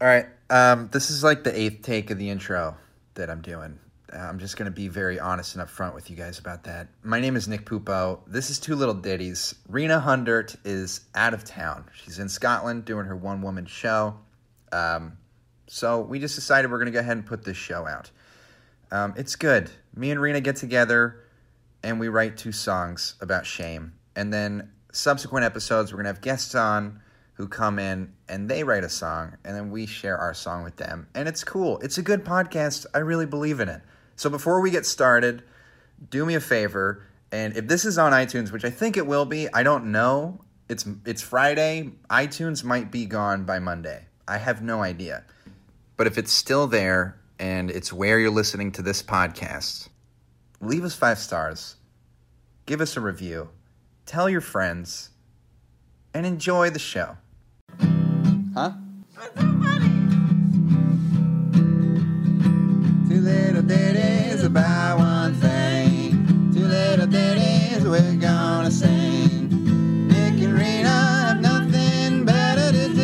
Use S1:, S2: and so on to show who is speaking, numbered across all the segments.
S1: All right. Um, this is like the eighth take of the intro that I'm doing. Uh, I'm just going to be very honest and upfront with you guys about that. My name is Nick Pupo. This is Two Little Ditties. Rena Hundert is out of town. She's in Scotland doing her one woman show. Um, so we just decided we're going to go ahead and put this show out. Um, it's good. Me and Rena get together and we write two songs about shame. And then subsequent episodes, we're going to have guests on who come in and they write a song and then we share our song with them. And it's cool. It's a good podcast. I really believe in it. So before we get started, do me a favor and if this is on iTunes, which I think it will be, I don't know. It's it's Friday. iTunes might be gone by Monday. I have no idea. But if it's still there and it's where you're listening to this podcast, leave us five stars, give us a review, tell your friends, and enjoy the show. Huh? Two little ditties about one thing. Two little ditties we're gonna sing. Nick and Rena have nothing better to do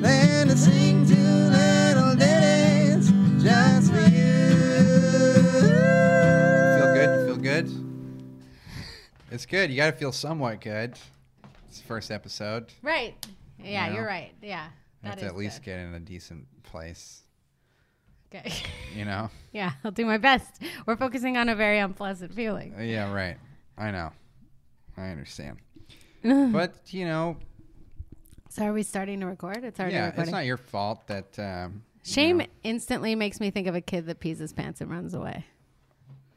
S1: than to sing two little ditties just for you. Feel good? Feel good? It's good. You gotta feel somewhat good. It's the first episode.
S2: Right. Yeah,
S1: You
S2: you
S1: know?
S2: are right. Yeah.
S1: I have
S2: that
S1: to
S2: is
S1: at least
S2: good.
S1: get in a decent place,
S2: Okay.
S1: you know?
S2: yeah, I'll do my best. We're focusing on a very unpleasant feeling.
S1: yeah, right. I know. I understand. but, you know,
S2: So are we starting to record? It's already
S1: yeah, it's
S2: recording.
S1: not your fault that. Um,
S2: Shame instantly makes me think of a kid that pees his pants and runs away.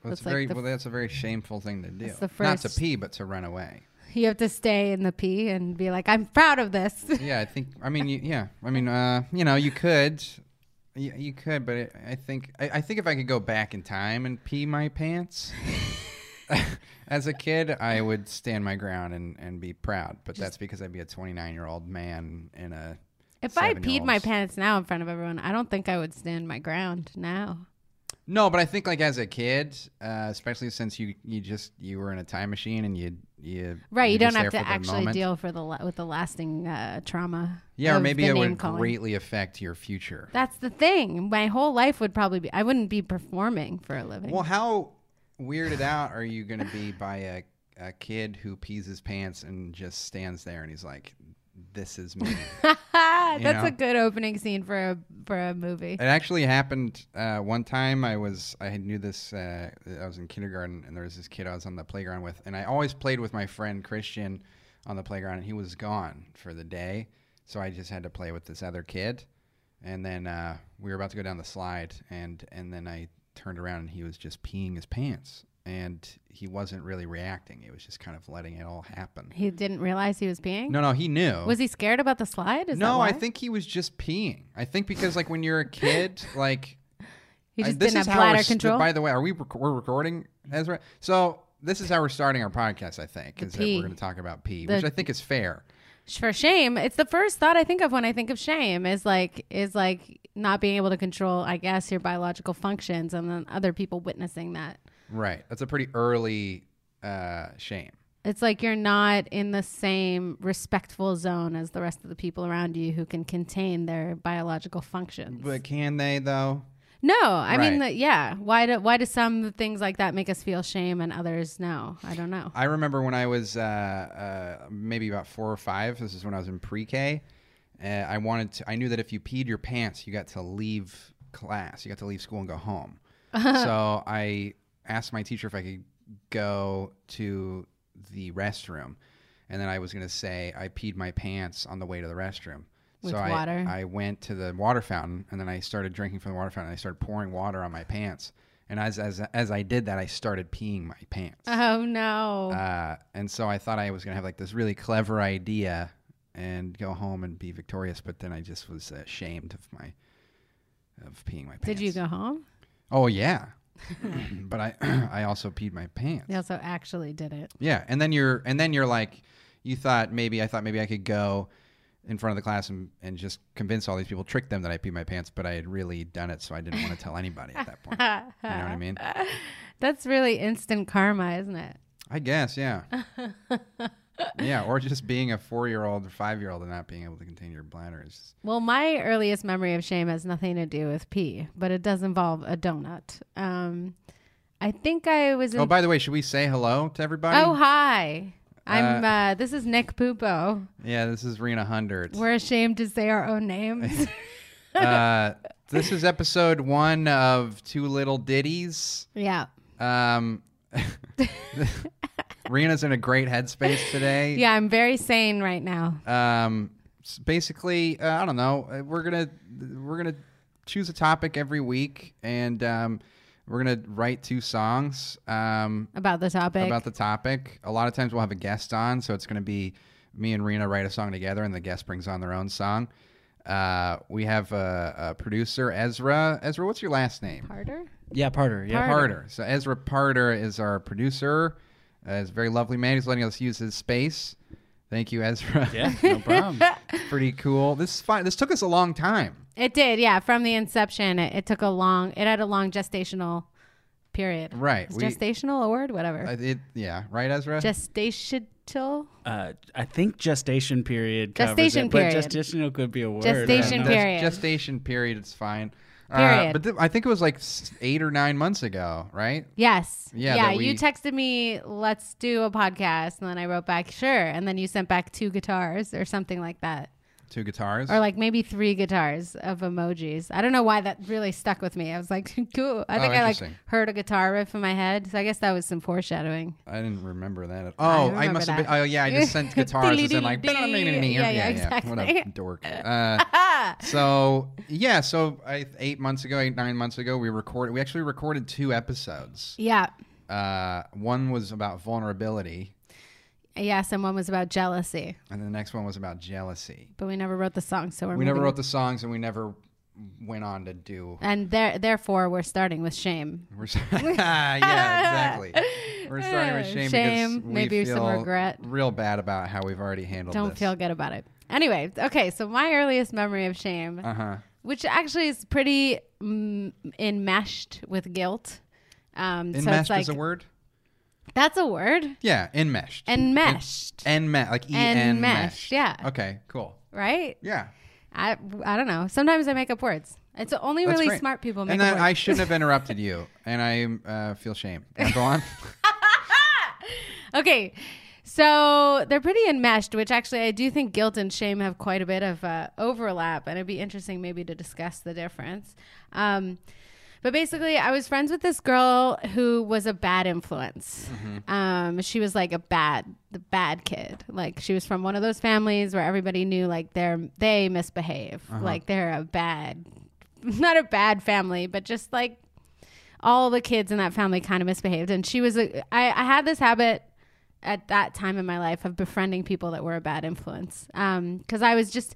S1: that's
S2: That's
S1: a
S2: like
S1: very,
S2: the
S1: well, that's a very shameful thing to do.
S2: That's the
S1: Not
S2: first-
S1: to pee, but to run away.
S2: You have to stay in the pee and be like, I'm proud of this.
S1: Yeah, I think. I mean, you, yeah. I mean, uh, you know, you could, you, you could, but I I think, I, I think if I could go back in time and pee my pants, as a kid, I would stand my ground and and be proud. But that's because I'd be a 29 year old man in a.
S2: if I peed my
S1: seven-year-olds. pants
S2: pants now in front of everyone, I don't think I would stand my ground now.
S1: No, but I think like as a kid, uh, especially since you you just you were in a time machine and you you
S2: Right, you,
S1: you're
S2: don't
S1: just
S2: have to
S1: there for the
S2: actually
S1: moment.
S2: deal for the la- with the lasting uh, trauma.
S1: Yeah, or
S2: of
S1: maybe
S2: the
S1: it would
S2: name-calling.
S1: greatly affect your future.
S2: That's the thing. My whole life would probably be I wouldn't be performing for a living.
S1: Well, how weirded out are you going to be by a, a kid who pees his pants and just stands there and he's like, "This is me."
S2: Ah, That's
S1: know?
S2: a good opening scene for a for a movie.
S1: it actually happened uh, one time. I was I knew this. Uh, I was in kindergarten and there was this kid I was on the playground with, and I always played with my friend Christian on the playground, and he was gone for the day, so I just had to play with this other kid. And then uh, we were about to go down the slide, and and then I turned around and he was just peeing his pants, and he wasn't really reacting. It was just kind of letting it all happen.
S2: He didn't realize he was peeing.
S1: No, no, he knew.
S2: Was he scared about the slide? Is that
S1: no,
S2: why?
S1: I think he was just peeing. I think because like when you're a kid, like
S2: he
S1: I-
S2: just
S1: Uh, this
S2: didn't
S1: is
S2: have
S1: how we're
S2: bladder
S1: st-
S2: control.
S1: by the way, are we rec- we're recording Ezra? So this is how we're starting our podcast. I think is that
S2: pee.
S1: we're going to talk about pee,
S2: The-
S1: which I think is fair.
S2: for shame, it's the first thought I think of when I think of shame is like is like not being able to control, I guess, your biological functions, and then other people witnessing that.
S1: Right. That's a pretty early uh, shame.
S2: It's like you're not in the same respectful zone as the rest of the people around you who can contain their biological functions.
S1: But can they though?
S2: No, I mean,
S1: Right.
S2: the, yeah. Why do why do some things like that make us feel shame and others no? I don't know.
S1: I remember when I was uh, uh, maybe about four or five. This is when I was in pre-K. Uh, I wanted to. I knew that if you peed your pants, you got to leave class. You got to leave school and go home. so I asked my teacher if I could go to the restroom, and then I was going to say I peed my pants on the way to the restroom.
S2: With
S1: so I-
S2: water?
S1: I went to the water fountain and then I started drinking from the water fountain. I started pouring water on my pants, and as as as I did that, I started peeing my pants.
S2: Oh no.
S1: Uh, and so I thought I was gonna have like this really clever idea and go home and be victorious, but then I just was ashamed of my of peeing my pants.
S2: Did you go home?
S1: Oh yeah, but I I also peed my pants.
S2: They also actually did it.
S1: Yeah, and then you're and then you're like, you thought maybe I thought maybe I could go in front of the class and, and just convince all these people, trick them that I peed my pants, but I had really done it, so I didn't want to tell anybody at that point. You know what I mean?
S2: That's really instant karma, isn't it?
S1: I guess, yeah. yeah, or just being a four year old or five year old and not being able to contain your bladder is just,
S2: Well, my earliest memory of shame has nothing to do with pee, but it does involve a donut. Um, I think I was in.
S1: Oh, by the way, should we say hello to everybody?
S2: Oh, hi. I'm. Uh, this is Nick Pupo.
S1: yeah, this is Rena Hundert.
S2: We're ashamed to say our own names.
S1: Uh, this is episode one of Two Little Ditties.
S2: yeah.
S1: Um, Rena's in a great headspace today.
S2: Yeah, I'm very sane right now.
S1: Um, s- basically, uh, I don't know. uh, We're gonna we're gonna choose a topic every week, and um, we're gonna write two songs. Um,
S2: About the topic.
S1: about the topic. A lot of times we'll have a guest on, so it's going to be me and Rena write a song together, and the guest brings on their own song. Uh, we have a, a producer, Ezra. Ezra, what's your last name?
S2: Harder?
S3: Yeah, Parter. Yeah.
S2: Parter.
S1: Parter. So Ezra Parter is our producer. Uh, he's a very lovely man. He's letting us use his space. Thank you, Ezra.
S3: Yeah, no problem.
S1: Pretty cool. This is fine. This took us a long time.
S2: It did, yeah. From the inception, it, it took a long, it had a long gestational period.
S1: Right.
S2: Is
S1: We-
S2: gestational a word? Whatever.
S1: Uh, it, yeah. Right, Ezra.
S2: Gestational?
S3: uh, I think gestation period. Covers
S2: Gestation
S3: it,
S2: period.
S3: But gestational could be a word.
S2: Gestation
S3: I don't know.
S1: That's
S2: period.
S1: Gestation period. It's fine. Uh,
S2: Period.
S1: but th- I think it was like s- eight or nine months ago, right?
S2: Yes.
S1: Yeah,
S2: Yeah.
S1: that we-
S2: You texted me, let's do a podcast. And then I wrote back, sure. And then you sent back two guitars or something like that.
S1: Two guitars.
S2: Or like maybe three guitars of emojis. I don't know why that really stuck with me. I was like, cool. I
S1: Oh,
S2: think I like
S1: interesting.
S2: heard a guitar riff in my head. So I guess that was some foreshadowing.
S1: I didn't remember that. At- oh, I,
S2: remember
S1: must have
S2: that.
S1: been. Oh, yeah, I just sent guitars and like.
S2: Yeah, yeah,
S1: What
S2: exactly.
S1: a dork. Uh, so yeah, so I, eight months ago, eight nine months ago, we recorded. We actually recorded two episodes.
S2: Yeah.
S1: Uh, one was about vulnerability,
S2: Yeah. Someone was about jealousy,
S1: and the next one was about jealousy.
S2: but we never wrote the song. So we're
S1: We never
S2: moving-
S1: wrote the songs, and we never went on to do
S2: And there, therefore, we're starting with shame.
S1: We're so- yeah, exactly. We're starting with
S2: Uh,
S1: shame,
S2: shame,
S1: because we
S2: maybe
S1: feel
S2: some regret.
S1: real bad about how we've already handled
S2: Don't
S1: this.
S2: feel good about it. Anyway, okay. So my earliest memory of shame,
S1: Uh huh.
S2: which actually is pretty mm, enmeshed with guilt. Um, so
S1: Enmeshed
S2: it's like
S1: is a word.
S2: that's a word.
S1: Yeah, enmeshed.
S2: Enmeshed,
S1: Enmeshed, like e n meshed.
S2: Enmeshed, yeah.
S1: Okay. Cool.
S2: right?
S1: Yeah.
S2: I I don't know. Sometimes I make up words. It's only
S1: That's
S2: really
S1: great.
S2: smart people make
S1: And
S2: up
S1: then
S2: words.
S1: I shouldn't have interrupted you, and I uh, feel shame. Now Go on.
S2: okay. So they're pretty enmeshed, which actually I do think guilt and shame have quite a bit of uh, overlap, and it'd be interesting maybe to discuss the difference. Um, but basically, I was friends with this girl who was a bad influence. Um, she was like a bad, the bad kid. Like she was from one of those families where everybody knew like they're they misbehave, like they're a bad, not a bad family, but just like all the kids in that family kind of misbehaved and she was a, I, I had this habit at that time in my life of befriending people that were a bad influence Um 'cause because i was just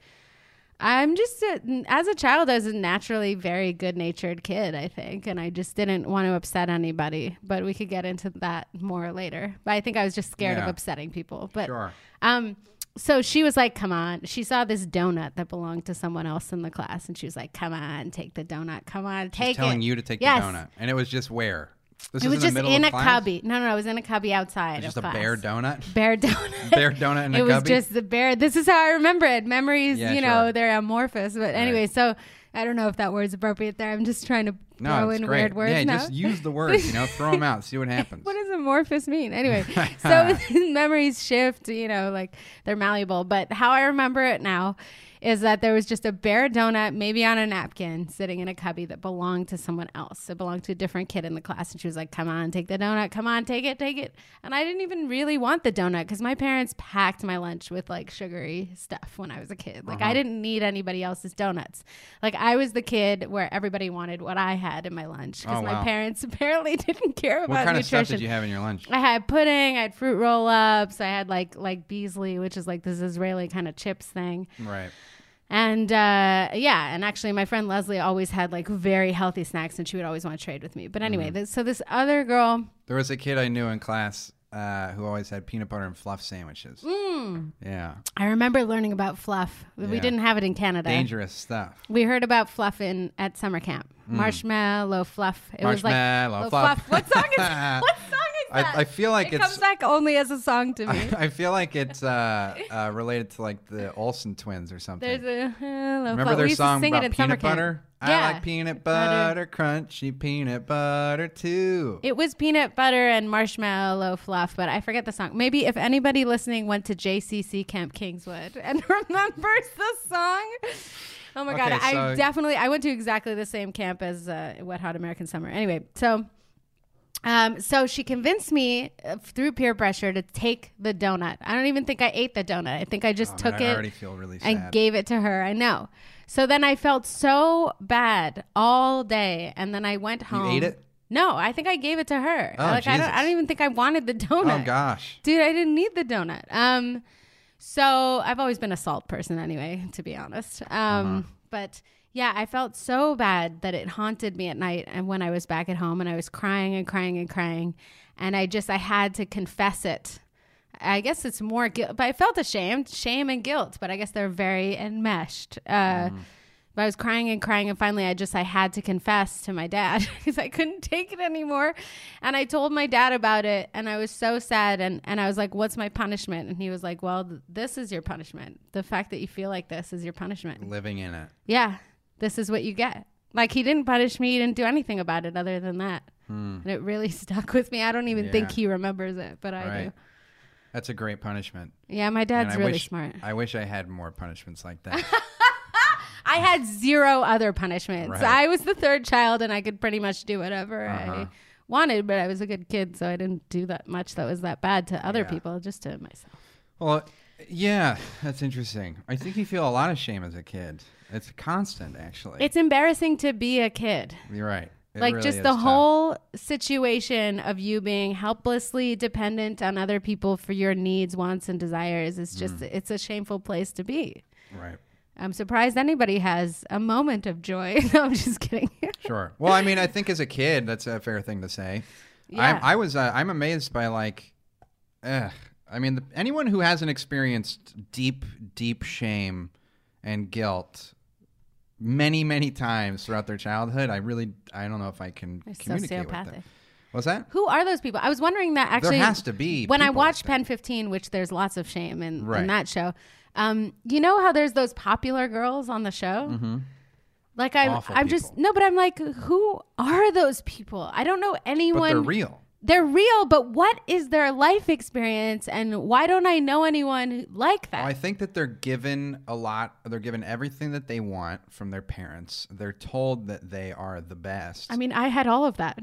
S2: i'm just a, as a child i was a naturally very good natured kid i think and i just didn't want to upset anybody but we could get into that more later but i think i was just scared of
S1: Yeah.
S2: upsetting people but
S1: Sure.
S2: um, so she was like, "Come on!" She saw this donut that belonged to someone else in the class, and she was like, "Come on, take the donut! Come on, take
S1: Just telling
S2: it!"
S1: you to take
S2: Yes.
S1: the donut, and it was just where. This
S2: It
S1: is
S2: was
S1: in
S2: just
S1: the middle
S2: in
S1: of
S2: a
S1: class?
S2: cubby. No, no, no, it was in a cubby outside.
S1: Just a
S2: of class.
S1: bare donut.
S2: Bare donut.
S1: Bare donut in a
S2: it was
S1: cubby?
S2: just the bare. This is how I remember it. Memories,
S1: Yeah,
S2: you know,
S1: sure.
S2: they're amorphous. But anyway, so I don't know if that word's appropriate there. I'm just trying to
S1: No,
S2: throw
S1: it's
S2: in
S1: great.
S2: weird words
S1: yeah,
S2: now.
S1: just use the words. You know, throw them out. See what happens.
S2: What does amorphous mean? Anyway, so memories shift, you know, like they're malleable. But how I remember it now is that there was just a bare donut, maybe on a napkin, sitting in a cubby that belonged to someone else. It belonged to a different kid in the class. And she was like, come on, take the donut. Come on, take it, take it. And I didn't even really want the donut because my parents packed my lunch with like sugary stuff when I was a kid. Like
S1: Uh-huh.
S2: I didn't need anybody else's donuts. Like I was the kid where everybody wanted what I had in my lunch because
S1: Oh,
S2: my
S1: wow.
S2: parents apparently didn't care about
S1: what kind of
S2: nutrition.
S1: stuff did you have in your lunch?
S2: I had pudding, I had fruit roll ups, I had like like Beasley, which is like this Israeli kind of chips thing.
S1: Right.
S2: And uh, yeah, and actually, my friend Leslie always had like very healthy snacks, and she would always want to trade with me. But anyway,
S1: Mm-hmm.
S2: this, so this other girl,
S1: There was a kid I knew in class uh, who always had peanut butter and fluff sandwiches.
S2: Mm.
S1: Yeah.
S2: I remember learning about fluff. We
S1: Yeah.
S2: didn't have it in Canada.
S1: Dangerous stuff.
S2: We heard about fluff in at summer camp. Marshmallow fluff. It was like
S1: Mm. Marshmallow
S2: low
S1: fluff.
S2: What song is what song is that.
S1: I, I feel like
S2: it
S1: it's
S2: comes back only as a song to me.
S1: I, I feel like it's uh, uh, related to like the Olsen twins or something.
S2: There's a hello.
S1: Remember
S2: Fo-
S1: their
S2: we used to
S1: song
S2: sing
S1: about
S2: it in summer
S1: peanut
S2: camp.
S1: butter?
S2: Yeah.
S1: I like peanut butter,
S2: Butter.
S1: crunchy peanut butter too.
S2: It was peanut butter and marshmallow fluff, but I forget the song. Maybe if anybody listening went to JCC Camp Kingswood and remembers the song. Oh my god,
S1: Okay,
S2: I
S1: so-
S2: definitely I went to exactly the same camp as uh, Wet Hot American Summer. Anyway, so um, so she convinced me uh, through peer pressure to take the donut. I don't even think I ate the donut. I think I just
S1: Oh, man,
S2: took
S1: I
S2: it
S1: already feel really sad.
S2: and gave it to her. I know. So then I felt so bad all day, and then I went home.
S1: ate it?
S2: No, I think I gave it to her.
S1: Oh,
S2: like I don't, I
S1: Jesus.
S2: don't even think I wanted the donut.
S1: oh gosh.
S2: dude, I didn't need the donut. Um, so I've always been a salt person anyway, to be honest. Um, but yeah, I felt so bad that it haunted me at night, and when I was back at home, and I was crying and crying and crying, and I just I had to confess it. I guess it's more guilt, but I felt ashamed, shame and guilt, but I guess they're very enmeshed. Uh, But I was crying and crying, and finally, I just I had to confess to my dad because I couldn't take it anymore, and I told my dad about it, and I was so sad, and and I was like, "What's my punishment?" And he was like, "Well, th- this is your punishment. The fact that you feel like this is your punishment.
S1: Living in it.
S2: Yeah, this is what you get." Like he didn't punish me, he didn't do anything about it other than that, and it really stuck with me. I don't even think
S1: Hmm. Yeah.
S2: he remembers it, but I
S1: Right.
S2: do.
S1: That's a great punishment.
S2: Yeah, my
S1: And
S2: dad's
S1: I
S2: really
S1: wish,
S2: smart.
S1: I wish I had more punishments like that.
S2: I had zero other punishments.
S1: Right.
S2: I was the third child and I could pretty much do whatever
S1: Uh-huh.
S2: I wanted, but I was a good kid, so I didn't do that much that was that bad to other
S1: Yeah.
S2: people, just to myself.
S1: well, yeah, that's interesting. I think you feel a lot of shame as a kid. It's constant, actually.
S2: It's embarrassing to be a kid.
S1: You're right. It
S2: like
S1: really
S2: just
S1: is
S2: the
S1: tough.
S2: whole situation of you being helplessly dependent on other people for your needs, wants and desires is just
S1: Mm.
S2: it's a shameful place to be.
S1: Right.
S2: I'm surprised anybody has a moment of joy. no, I'm just kidding.
S1: Sure. Well, I mean, I think as a kid, that's a fair thing to say.
S2: Yeah.
S1: I, I was. Uh, I'm amazed by like, ugh. I mean, the, anyone who hasn't experienced deep, deep shame and guilt many, many times throughout their childhood, I really, I don't know if I can
S2: They're
S1: communicate with
S2: sociopathic.
S1: them. What's that?
S2: Who are those people? I was wondering that actually.
S1: has to be
S2: When I
S1: people like
S2: watched
S1: that.
S2: Pen 15, which there's lots of shame in,
S1: Right.
S2: in that show, um, you know how there's those popular girls on the show? Like I'm,
S1: Mm-hmm. Awful
S2: I'm just
S1: people.
S2: no, but I'm like, who are those people? I don't know
S1: But
S2: anyone.
S1: they're real.
S2: They're real, but what is their life experience, and why don't I know anyone like that?
S1: Well, I think that they're given a lot. They're given everything that they want from their parents. They're told that they are the best.
S2: I mean, I had all of that.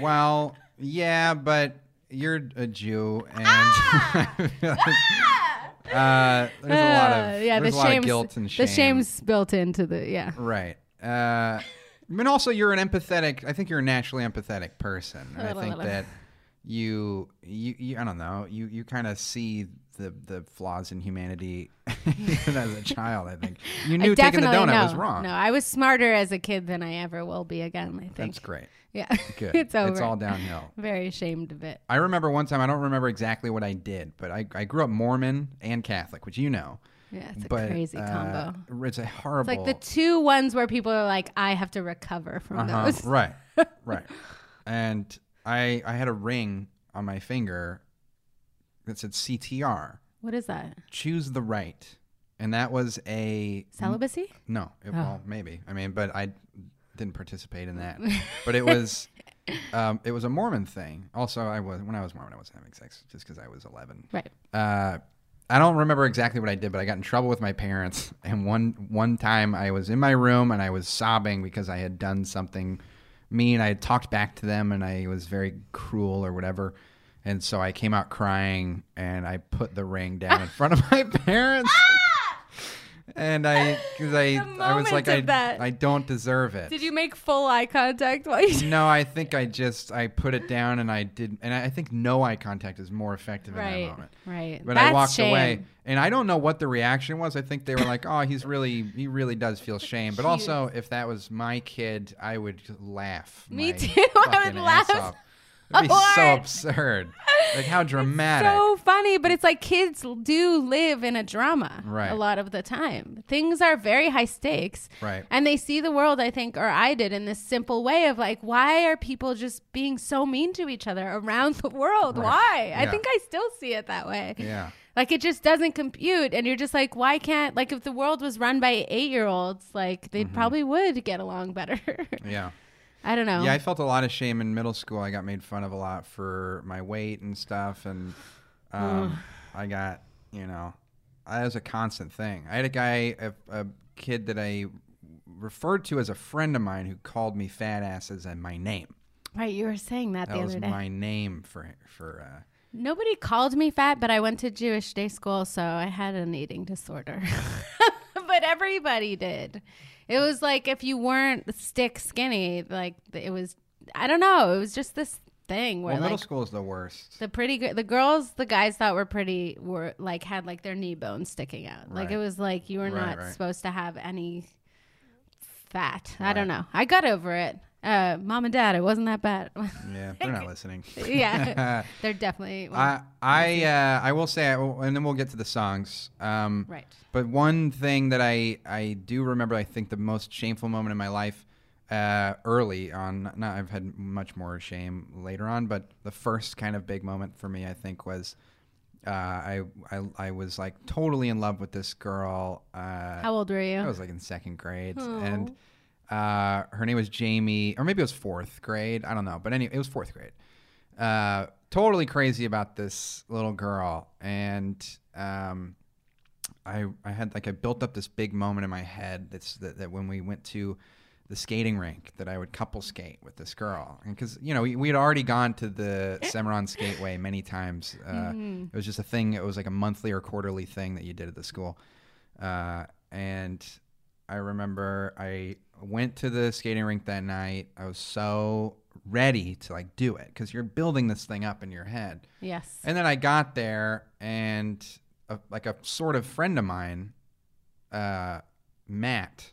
S1: Well, yeah, but you're a Jew, and
S2: Ah!
S1: uh, there's a lot
S2: Uh,
S1: of
S2: yeah,
S1: there's a
S2: the
S1: lot of
S2: shame's-
S1: guilt and shame.
S2: The shame's built into the yeah.
S1: right. Uh, I mean, also you're an empathetic. I think you're a naturally empathetic person. And I
S2: Little,
S1: think
S2: little.
S1: that you, you, you, I don't know. You, you kind of see the the flaws in humanity even as a child. I think you knew
S2: I
S1: taking
S2: definitely
S1: the donut
S2: no,
S1: was wrong.
S2: No, I was smarter as a kid than I ever will be again. I think
S1: That's great.
S2: Yeah.
S1: Good.
S2: it's over.
S1: all downhill.
S2: Very ashamed of it.
S1: I remember one time, I don't remember exactly what I did, but I, I grew up Mormon and Catholic, which you know.
S2: Yeah, it's a
S1: but,
S2: crazy
S1: uh,
S2: combo.
S1: It's a horrible.
S2: Like the two ones where people are like, I have to recover from
S1: Uh-huh,
S2: those.
S1: Right, right. And I I had a ring on my finger that said CTR,
S2: What is that?
S1: Mm-hmm. choose the right. And that was a
S2: Celibacy?
S1: No, it, well, maybe. I mean, but I didn't participate in that. But it was, um, it was a Mormon thing. Also, I was when I was Mormon, I wasn't having sex just because I was eleven.
S2: Right.
S1: Uh, I don't remember exactly what I did, but I got in trouble with my parents. And one one time, I was in my room and I was sobbing because I had done something mean. I had talked back to them and I was very cruel or whatever. And so I came out crying and I put the ring down in front of my parents. And I, because I,
S2: The
S1: I was
S2: moment
S1: like, I,
S2: of that.
S1: I don't deserve it.
S2: Did you make full eye contact while you
S1: No, I think I just I put it down and I did, and I I think no eye contact is more effective in that
S2: Right.
S1: moment.
S2: Right.
S1: But I
S2: That's
S1: walked away,
S2: shame.
S1: and I don't know what the reaction was. I think they were like, "Oh, he's really, he really does feel shame." But also, if that was my kid, I would laugh.
S2: Me
S1: my
S2: too. I would
S1: fucking ass
S2: laugh.
S1: off. That'd be so
S2: Lord.
S1: absurd. Like how dramatic.
S2: so funny, but it's like kids do live in a drama
S1: Right.
S2: a lot of the time. Things are very high stakes.
S1: Right.
S2: And they see the world, I think, or I did in this simple way of like, why are people just being so mean to each other around the world? Why? I
S1: Yeah.
S2: think I still see it that way.
S1: yeah.
S2: Like it just doesn't compute. And you're just like, why can't, like, if the world was run by eight year olds, like,
S1: Mm-hmm.
S2: they probably would get along better.
S1: Yeah.
S2: I don't know.
S1: Yeah, I felt a lot of shame in middle school. I got made fun of a lot for my weight and stuff, and um, I got you know, I was a constant thing. I had a guy, a, a kid that I referred to as a friend of mine, who called me fat ass as uh, my name.
S2: right. You were saying that,
S1: That
S2: the
S1: was
S2: other day.
S1: my name for for. Uh,
S2: Nobody called me fat, but I went to Jewish day school, so I had an eating disorder. but everybody did. It was like if you weren't stick skinny, like it was. I don't know. It was just this thing where
S1: well, middle
S2: like
S1: school is the worst.
S2: the pretty gir- the girls the guys thought were pretty were like had like their knee bones sticking out. Like
S1: Right.
S2: it was like you were
S1: Right,
S2: not
S1: right.
S2: supposed to have any fat. I don't know. I got over it. Uh, Mom and Dad, it wasn't that bad.
S1: yeah, they're not listening.
S2: yeah, they're definitely
S1: I I uh, I will say, I will, and then we'll get to the songs. Um,
S2: right.
S1: But one thing that I I do remember, I think the most shameful moment in my life, uh, early on. Not I've had much more shame later on, but the first kind of big moment for me, I think, was uh, I, I I was like totally in love with this girl. Uh,
S2: How old were you?
S1: I was like in second grade,
S2: Aw.
S1: and uh, her name was Jamie, or maybe it was fourth grade. I don't know, but anyway, it was fourth grade. Uh, totally crazy about this little girl, and um, I I had like I built up this big moment in my head that's that, that when we went to the skating rink that I would couple skate with this girl, and because you know we, we had already gone to the Cimarron Skateway many times. Uh, It was just a thing. It was like a monthly or quarterly thing that you did at the school, uh, and I remember I went to the skating rink that night. I was so ready to like do it because you're building this thing up in your head.
S2: Yes.
S1: And then I got there, and a, like a sort of friend of mine, uh, Matt,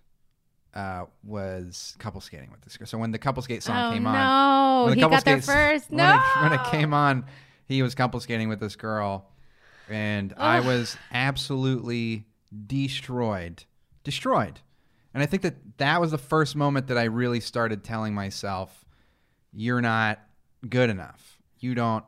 S1: uh, was couple skating with this girl. So when the couple skate song
S2: oh,
S1: came
S2: no.
S1: on, when the
S2: he
S1: couple
S2: got there
S1: skates-
S2: first.
S1: when
S2: No.
S1: it- when it came on, he was couple skating with this girl, and I was absolutely destroyed, destroyed. And I think that that was the first moment that I really started telling myself, "You're not good enough. You don't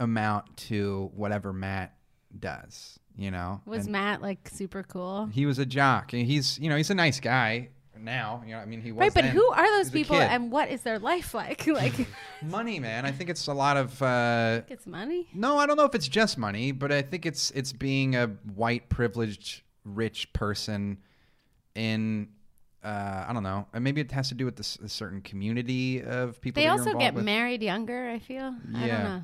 S1: amount to whatever Matt does." You know,
S2: was
S1: And
S2: Matt like super cool?
S1: he was a jock. and He's you know he's a nice guy now. You know, I mean, he was
S2: Right, but
S1: then.
S2: who are those
S1: He was a
S2: people
S1: kid.
S2: and what is their life like? like
S1: money, man. I think it's a lot of. Uh,
S2: it's money?
S1: no, I don't know if it's just money, but I think it's it's being a white privileged rich person in. Uh, I don't know. And Maybe it has to do with this, a certain community of people.
S2: They
S1: that you're
S2: also
S1: involved
S2: get
S1: with.
S2: married younger, I feel. I don't
S1: Yeah.
S2: know.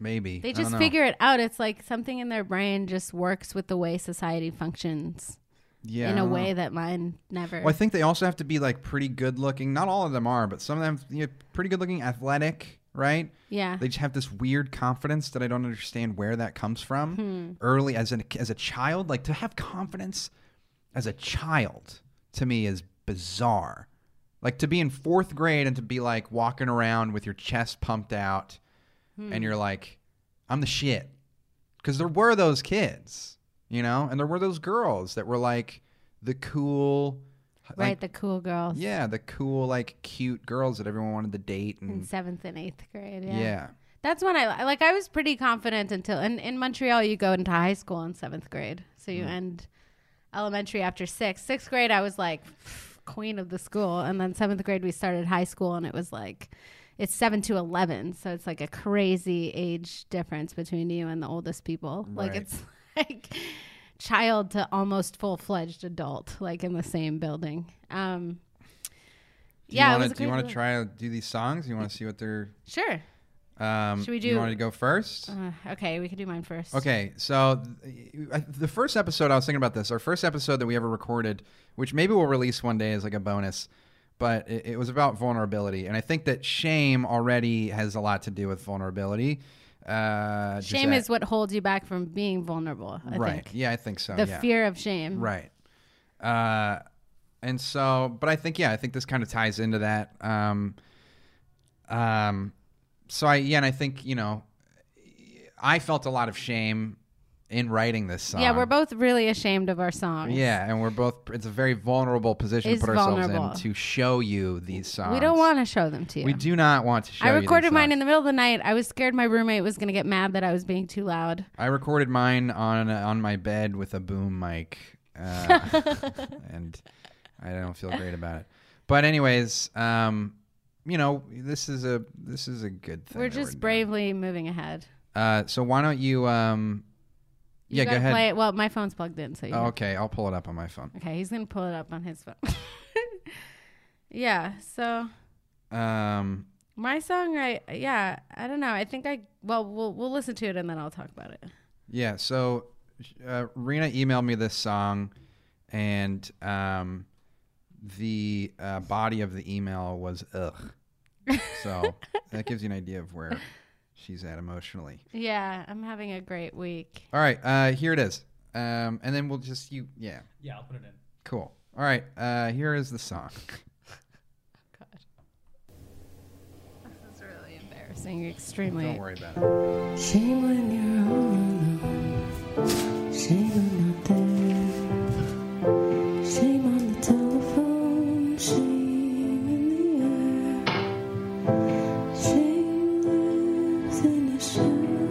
S1: Maybe I
S2: They
S1: don't
S2: just
S1: know.
S2: figure it out. It's like something in their brain just works with the way society functions
S1: yeah, I
S2: in a
S1: don't know.
S2: way that mine never.
S1: Well, I think they also have to be like pretty good looking. Not all of them are, but some of them you know, pretty good looking, athletic, right?
S2: yeah.
S1: They just have this weird confidence that I don't understand where that comes from.
S2: Hmm.
S1: Early as an as a child, like to have confidence as a child to me is bizarre. Like to be in fourth grade and to be like walking around with your chest pumped out,
S2: Hmm.
S1: and you're like, "I'm the shit," because there were those kids, you know, and there were those girls that were like the cool,
S2: right,
S1: like,
S2: the cool girls
S1: yeah, the cool like cute girls that everyone wanted to date
S2: in
S1: and
S2: seventh and eighth grade.
S1: yeah.
S2: That's when I like I was pretty confident until in, in Montreal you go into high school in seventh grade. So
S1: Mm.
S2: you end elementary after sixth. Sixth grade I was like queen of the school. And then seventh grade we started high school and it was like it's seven to eleven. So it's like a crazy age difference between you and the oldest people. Like
S1: Right.
S2: it's like child to almost full fledged adult, like in the same building. Um
S1: Do
S2: yeah,
S1: you
S2: it
S1: wanna,
S2: was a
S1: do you want to
S2: crazy-
S1: try to do these songs? You want to see what they're.
S2: Sure.
S1: Um,
S2: Should we
S1: You
S2: do-
S1: want to go first?
S2: Uh, okay, we could do mine first.
S1: Okay, so th- I- the first episode I was thinking about this, our first episode that we ever recorded, which maybe we'll release one day as like a bonus, but it, it was about vulnerability, and I think that shame already has a lot to do with vulnerability. Uh, just
S2: Shame
S1: that-
S2: is what holds you back from being vulnerable. I
S1: right.
S2: think.
S1: Yeah, I think so.
S2: The
S1: yeah.
S2: fear of shame.
S1: Right. Uh, and so, but I think yeah, I think this kind of ties into that. Um, um, so I yeah, and I think you know, I felt a lot of shame in writing this song.
S2: Yeah, we're both really ashamed of our songs.
S1: Yeah, and we're both. It's a very vulnerable position
S2: It's
S1: to put ourselves
S2: vulnerable.
S1: in to show you these songs.
S2: We don't want to show them to you.
S1: We do not want to show.
S2: I
S1: you these
S2: recorded mine
S1: songs.
S2: in the middle of the night. I was scared my roommate was going to get mad that I was being too loud.
S1: I recorded mine on on my bed with a boom mic, uh, and I don't feel great about it. But anyways, um, you know this is a this is a good thing.
S2: We're
S1: that
S2: just
S1: doing.
S2: bravely moving ahead.
S1: Uh, so why don't you? Um,
S2: You
S1: yeah,
S2: gotta
S1: go ahead.
S2: Play it. Well, my phone's plugged in, so you.
S1: Oh, okay, I'll pull it up on my phone.
S2: Okay, he's going to pull it up on his phone. yeah, so
S1: Um,
S2: my song, I yeah, I don't know. I think I well, we'll we'll listen to it and then I'll talk about it.
S1: yeah. So uh, Rena emailed me this song, and um, the uh, body of the email was ugh. So that gives you an idea of where she's at emotionally.
S2: Yeah, I'm having a great week.
S1: All right, uh, here it is. Um, and then we'll just you yeah,
S3: Yeah, I'll put it in.
S1: cool. All right, uh, here is the song.
S2: God. This is really embarrassing. Extremely.
S1: Don't worry about it.
S4: Shame when you're all alone. Shame I'm not there. Shame on the telephone. Shame in the air. Shame lives in a shadow.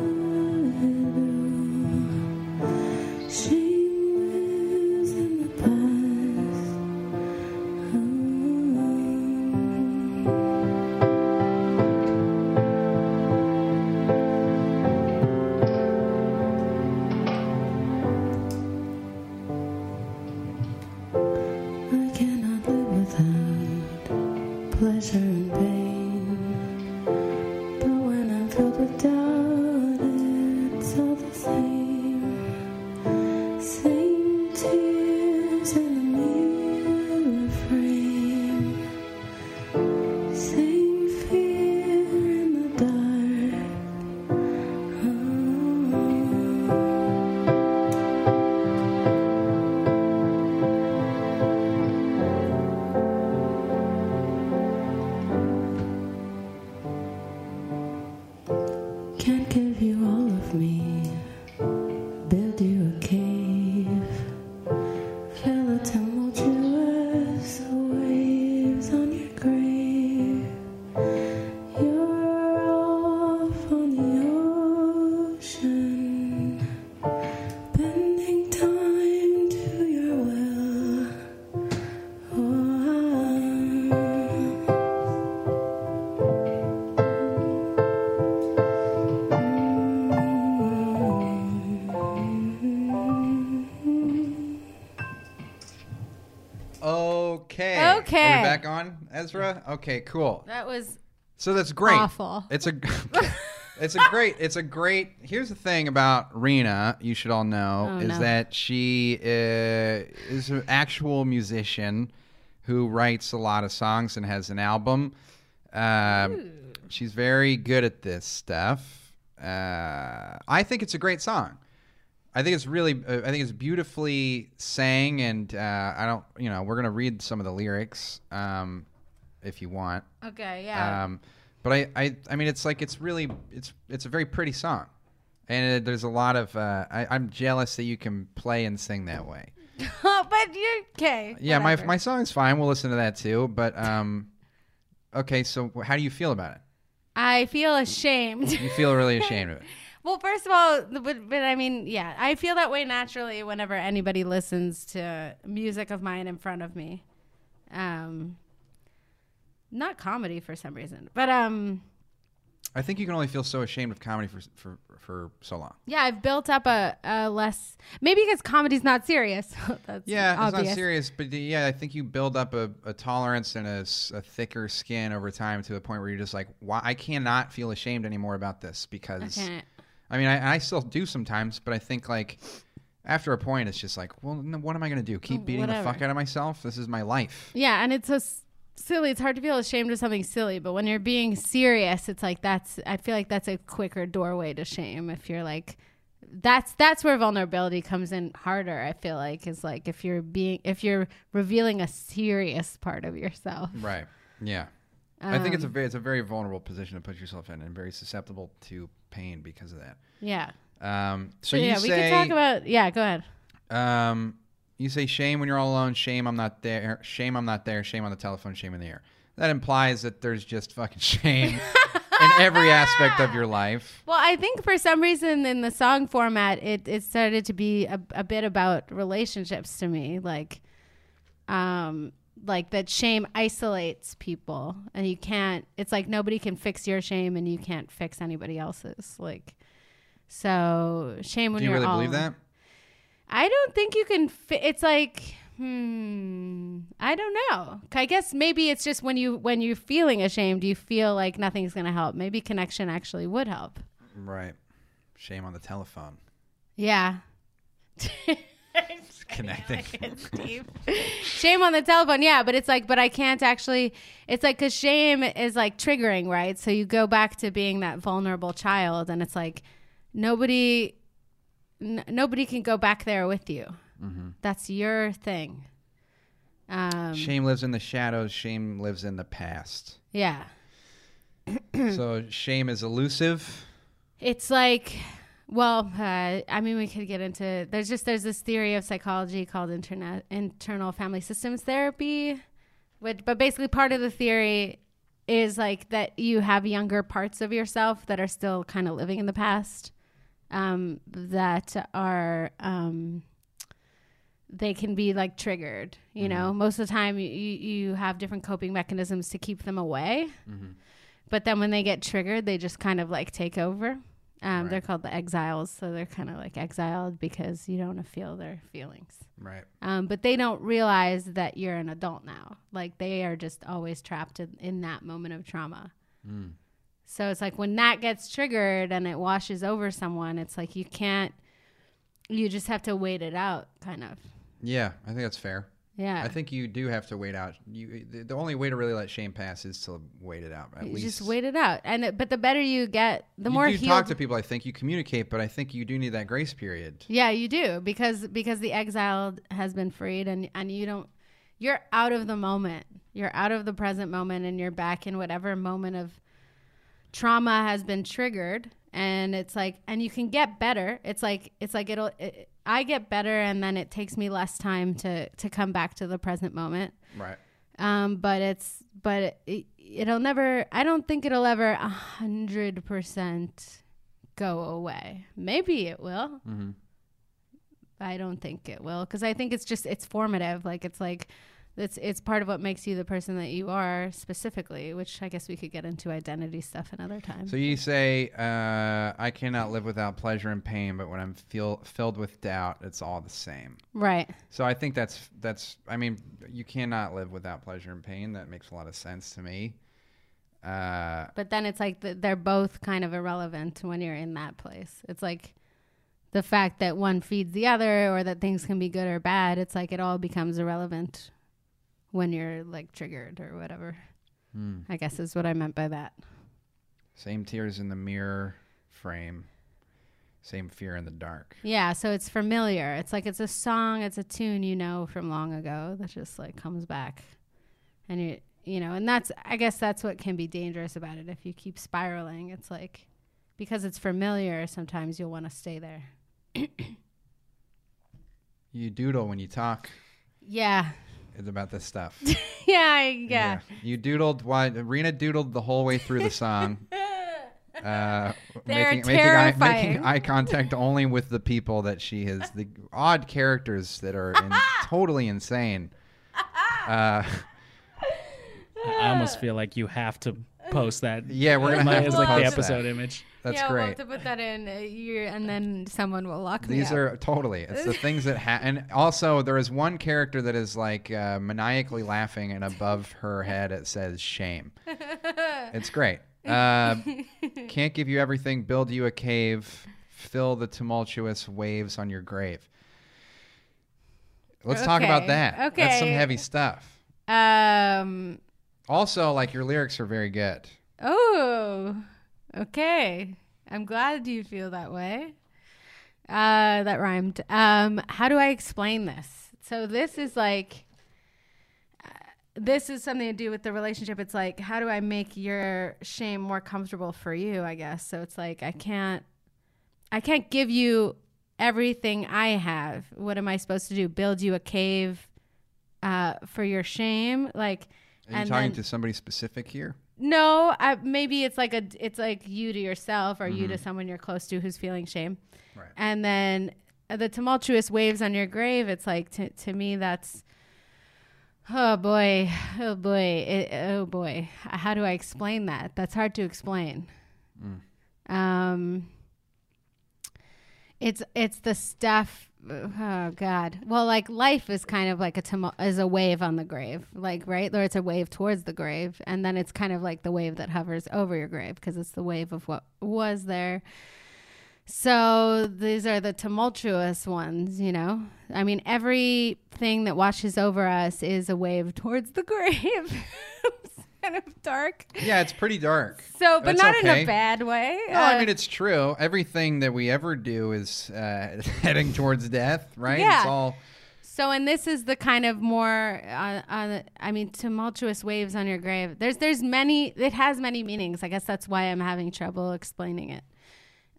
S4: Shame lives in the past. Oh. I cannot live without pleasure and pain. But when I'm filled with doubt, it's all the same. Same tears in the mirror frame. Same fear in the dark. Oh. Can't give you all of me. Build you a cave. Fill a tumultuous waves on your grave. You're off on the ocean. Bending time to your will. Oh, ah. Mm.
S1: Okay. Are
S2: Okay.
S1: we back on Ezra? Okay, cool.
S2: That was
S1: So that's great.
S2: Awful.
S1: It's a It's a great it's a great Here's the thing about Rena, you should all know,
S2: Oh,
S1: is
S2: no.
S1: that she uh, is an actual musician who writes a lot of songs and has an album. Um, she's very good at this stuff. Uh, I think it's a great song. I think it's really, uh, I think it's beautifully sang, and uh, I don't, you know, we're gonna read some of the lyrics um, if you want.
S2: okay. Yeah.
S1: Um, but I, I, I mean, it's like it's really, it's it's a very pretty song, and uh, there's a lot of. Uh, I, I'm jealous that you can play and sing that way.
S2: but you're okay.
S1: Yeah,
S2: whatever.
S1: my my song's fine. We'll listen to that too. But um, okay, so wh- how do you feel about it?
S2: I feel ashamed.
S1: You feel really ashamed of it.
S2: Well, first of all, th- but, but I mean, yeah, I feel that way naturally whenever anybody listens to music of mine in front of me. Um, not comedy for some reason, but um,
S1: I think you can only feel so ashamed of comedy for for for so long.
S2: yeah, I've built up a, a less maybe because comedy's not serious. That's
S1: Yeah,
S2: obvious.
S1: it's not serious, but yeah, I think you build up a, a tolerance and a, s- a thicker skin over time to the point where you're just like, why I cannot feel ashamed anymore about this because.
S2: Okay.
S1: I mean, I, I still do sometimes, but I think like after a point, it's just like, well, n- what am I gonna do? Keep beating
S2: Oh, whatever.
S1: the fuck out of myself? This is my life.
S2: Yeah, and it's so s- silly. It's hard to feel ashamed of something silly, but when you're being serious, it's like that's. I feel like that's a quicker doorway to shame. If you're like, that's that's where vulnerability comes in harder. I feel like is like if you're being if you're revealing a serious part of yourself.
S1: Right. Yeah. I think it's a
S2: Um,
S1: very, it's a very vulnerable position to put yourself in and very susceptible to pain because of that.
S2: yeah.
S1: Um, so
S2: So
S1: you
S2: yeah,
S1: say
S2: we can talk about. Yeah, go ahead.
S1: Um, you say shame when you're all alone. Shame I'm not there. Shame I'm not there. Shame on the telephone. Shame in the air. That implies that there's just fucking shame in every aspect of your life.
S2: Well, I think for some reason in the song format, it, it started to be a, a bit about relationships to me, like, um, like that shame isolates people, and you can't. It's like nobody can fix your shame, and you can't fix anybody else's. Like, so shame when
S1: Do you
S2: are
S1: really
S2: all
S1: believe that?
S2: I don't think you can. Fi- it's like, hmm, I don't know. I guess maybe it's just when you when you're feeling ashamed, you feel like nothing's gonna help. Maybe connection actually would help.
S1: Right. Shame on the telephone.
S2: Yeah.
S1: Connecting.
S2: shame on the telephone. Yeah, but it's like, but I can't actually. It's like, because shame is like triggering, right? So you go back to being that vulnerable child, and it's like nobody, n- nobody can go back there with you. That's your thing. Um,
S1: shame lives in the shadows. Shame lives in the past.
S2: yeah.
S1: so shame is elusive.
S2: It's like, well, uh, I mean, we could get into. There's just there's this theory of psychology called interna- internal family systems therapy, which, but basically part of the theory is like that you have younger parts of yourself that are still kind of living in the past, um, that are. Um, they can be like triggered, you know. Most of the time, you, you you have different coping mechanisms to keep them away but then when they get triggered they just kind of like take over um, they're called the exiles so they're kind of like exiled because you don't feel their feelings
S1: Right.
S2: um, but they don't realize that you're an adult now like they are just always trapped in, in that moment of trauma
S1: Mm.
S2: so it's like when that gets triggered and it washes over someone it's like you can't you just have to wait it out kind of
S1: Yeah, I think that's fair.
S2: yeah
S1: I think you do have to wait out. You the, the only way to really let shame pass is to wait it out. At
S2: you
S1: least
S2: just wait it out and it- but the better you get the more
S1: you do
S2: healed
S1: talk to people. I think you communicate, but I think you do need that grace period.
S2: Yeah, you do because because the exiled has been freed and and you don't you're out of the moment. You're out of the present moment and you're back in whatever moment of trauma has been triggered and it's like and you can get better. It's like it's like it'll it, I get better and then it takes me less time to to come back to the present moment
S1: Right.
S2: um, but it's but it, it'll never. I don't think it'll ever a hundred percent go away. Maybe it will. I don't think it will because I think it's just it's formative. Like it's like it's it's part of what makes you the person that you are specifically, which I guess we could get into identity stuff another time.
S1: So you say, uh, "I cannot live without pleasure and pain," but when I'm feel filled with doubt, it's all the same.
S2: right.
S1: So I think that's that's. I mean, you cannot live without pleasure and pain. That makes a lot of sense to me. Uh,
S2: But then it's like th- they're both kind of irrelevant when you're in that place. It's like the fact that one feeds the other or that things can be good or bad, it's like it all becomes irrelevant when you're like triggered or whatever. I guess is what I meant by that.
S1: same tears in the mirror frame. Same fear in the dark.
S2: Yeah, so it's familiar. It's like it's a song, it's a tune you know from long ago that just like comes back. And you you know, and that's I guess that's what can be dangerous about it if you keep spiraling. It's like because it's familiar, sometimes you'll want to stay there.
S1: You doodle when you talk.
S2: Yeah.
S1: It's about this stuff.
S2: Yeah, I- yeah.
S1: You doodled why Rena doodled the whole way through the song. Uh,
S2: They're
S1: making, making, eye,
S2: terrifying.
S1: making eye contact only with the people that she has the odd characters that are in, totally insane. Uh,
S3: I almost feel like you have to post that.
S1: yeah, we're gonna
S3: Like,
S1: have
S3: as
S1: to
S3: like the
S1: post
S3: episode
S1: That.
S3: image.
S1: That's
S2: yeah, we'll
S1: great.
S2: have to put that in uh, year, and then someone will lock me
S1: These
S2: up.
S1: are totally. It's the things that ha- and also there is one character that is like uh, maniacally laughing, and above her head it says shame. It's great. Uh, can't give you everything. Build you a cave. Fill the tumultuous waves on your grave. Let's talk about
S2: Okay,
S1: that. That's some
S2: okay.
S1: heavy stuff.
S2: Um.
S1: Also, like your lyrics are very good.
S2: Oh. Okay. I'm glad you feel that way. Uh, that rhymed. Um, how do I explain this? So this is like, this is something to do with the relationship. It's like, how do I make your shame more comfortable for you? I guess. So it's like, I can't, I can't give you everything I have. What am I supposed to do? Build you a cave uh, for your shame? Like,
S1: Are you
S2: and
S1: talking
S2: then-
S1: to somebody specific here?
S2: no, I, maybe it's like a it's like you to yourself or you to someone you're close to who's feeling shame.
S1: Right.
S2: And then uh, the tumultuous waves on your grave. It's like to to me that's oh boy, oh boy, it, oh boy. How do I explain that? That's hard to explain. Um, it's it's the stuff. Oh God. Well, like life is kind of like a tumul- is a wave on the grave, like right, or it's a wave towards the grave, and then it's kind of like the wave that hovers over your grave because it's the wave of what was there. So these are the tumultuous ones, you know. I mean, everything that washes over us is a wave towards the grave. it's kind of dark.
S1: Yeah, it's pretty dark.
S2: So, but
S1: That's
S2: not in
S1: okay.
S2: a bad way.
S1: No, I
S2: Uh,
S1: mean it's true. Everything that we ever do is uh, heading towards death, right?
S2: Yeah.
S1: It's all
S2: So, and this is the kind of more, uh, uh, I mean, tumultuous waves on your grave. There's, there's many. It has many meanings. I guess that's why I'm having trouble explaining it,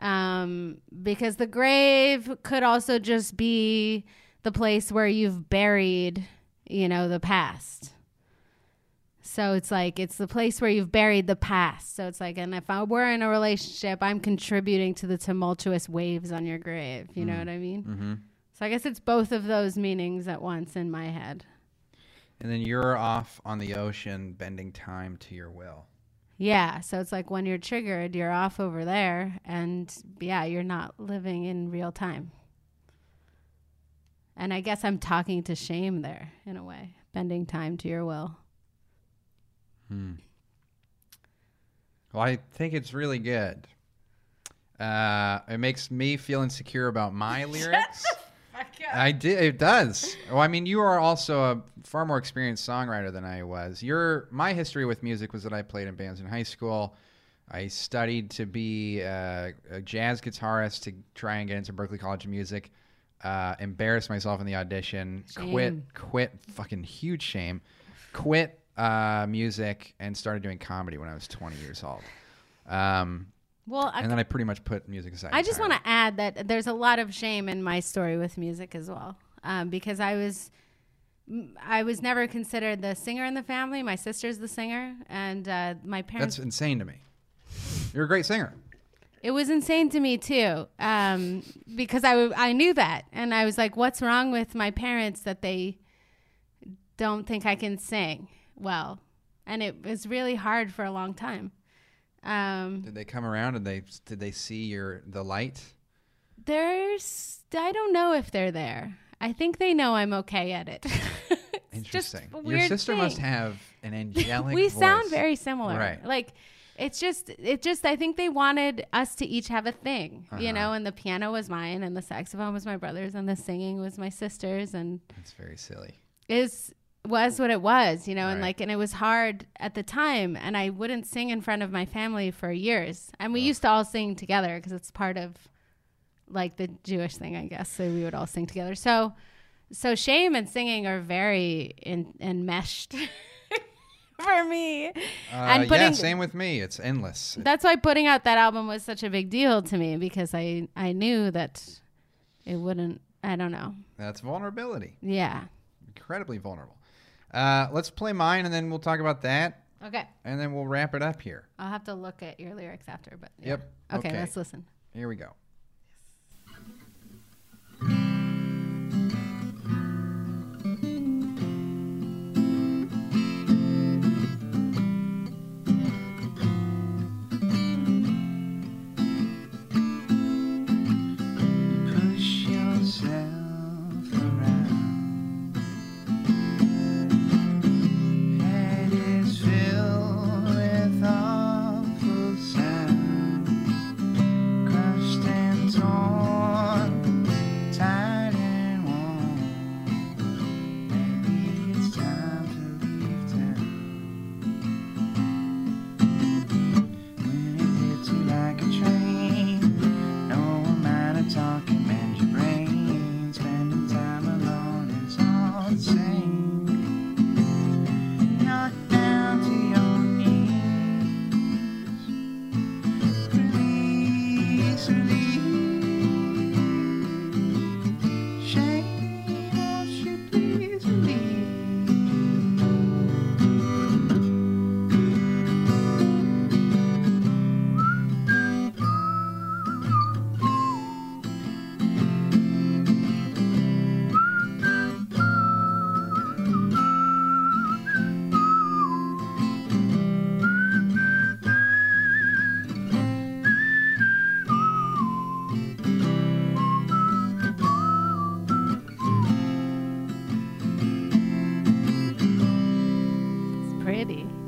S2: um, because the grave could also just be the place where you've buried, you know, the past. So it's like it's the place where you've buried the past. So it's like, and if I were in a relationship, I'm contributing to the tumultuous waves on your grave. You know what I mean? So I guess it's both of those meanings at once in my head.
S1: and then you're off on the ocean bending time to your will.
S2: Yeah, so it's like when you're triggered, you're off over there, and yeah, you're not living in real time. And I guess I'm talking to shame there in a way, bending time to your will.
S1: Well, I think it's really good. Uh, it makes me feel insecure about my lyrics. I did. It does. Well, I mean, you are also a far more experienced songwriter than I was. Your my history with music was that I played in bands in high school. I studied to be uh, a jazz guitarist to try and get into Berkeley College of Music. Uh, embarrassed myself in the audition. Quit.
S2: Shame.
S1: Quit. Fucking huge shame. Quit uh, music and started doing comedy when I was 20 years old. Um,
S2: Well, I,
S1: and then I pretty much put music aside.
S2: I just want
S1: entirely.
S2: to add that there's a lot of shame in my story with music as well, um, because I was, m- I was never considered the singer in the family. My sister's the singer, and uh, my parents.
S1: That's insane to me. You're a great singer.
S2: It was insane to me too, um, because I, w- I knew that, and I was like, "What's wrong with my parents that they don't think I can sing well?" And it was really hard for a long time. Um,
S1: Did they come around? Did they did they see your the light?
S2: there's, I don't know if they're there. I think they know I'm okay at it. It's just
S1: Interesting.
S2: a
S1: your
S2: weird
S1: sister must
S2: thing.
S1: have an angelic.
S2: we
S1: voice.
S2: sound very similar
S1: Right.
S2: like it's just it just i think they wanted us to each have a thing
S1: Uh-huh.
S2: you know and the piano was mine and the saxophone was my brother's and the singing was my sister's and
S1: That's very silly.
S2: is was what it was, you know, and
S1: Right.
S2: like and it was hard at the time and I wouldn't sing in front of my family for years. And we
S1: Oh.
S2: used to all sing together because it's part of like the Jewish thing, I guess. So we would all sing together. So so shame and singing are very in, enmeshed for me.
S1: Uh, yeah, same with me. It's endless.
S2: That's why putting out that album was such a big deal to me because I I knew that it wouldn't I don't know.
S1: That's vulnerability.
S2: Yeah.
S1: Incredibly vulnerable. Uh, let's play mine, and then we'll talk about that,
S2: Okay.
S1: and then we'll wrap it up here.
S2: I'll have to look at your lyrics after, but yeah.
S1: Yep.
S2: Okay,
S1: Okay.
S2: let's listen.
S1: Here we go. Push yourself around. Head is filled with awful sound. Crushed and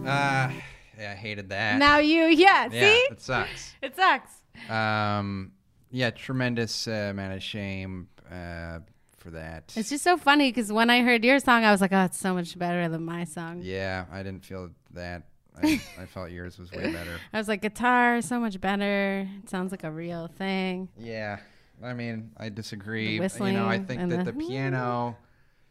S1: Ah, yeah, I hated that.
S2: Now you, yeah,
S1: yeah,
S2: see?
S1: it sucks.
S2: It sucks.
S1: Um, yeah, tremendous uh, amount of shame uh, for that.
S2: It's just so funny because when I heard your song, I was like, oh, it's so much better than my song.
S1: yeah, I didn't feel that. I, I felt yours was way better.
S2: I was like, guitar, is so much better. It sounds like a real thing.
S1: Yeah, I mean, I disagree.
S2: The
S1: you know, I
S2: whistling
S1: think
S2: and
S1: that the,
S2: the-
S1: piano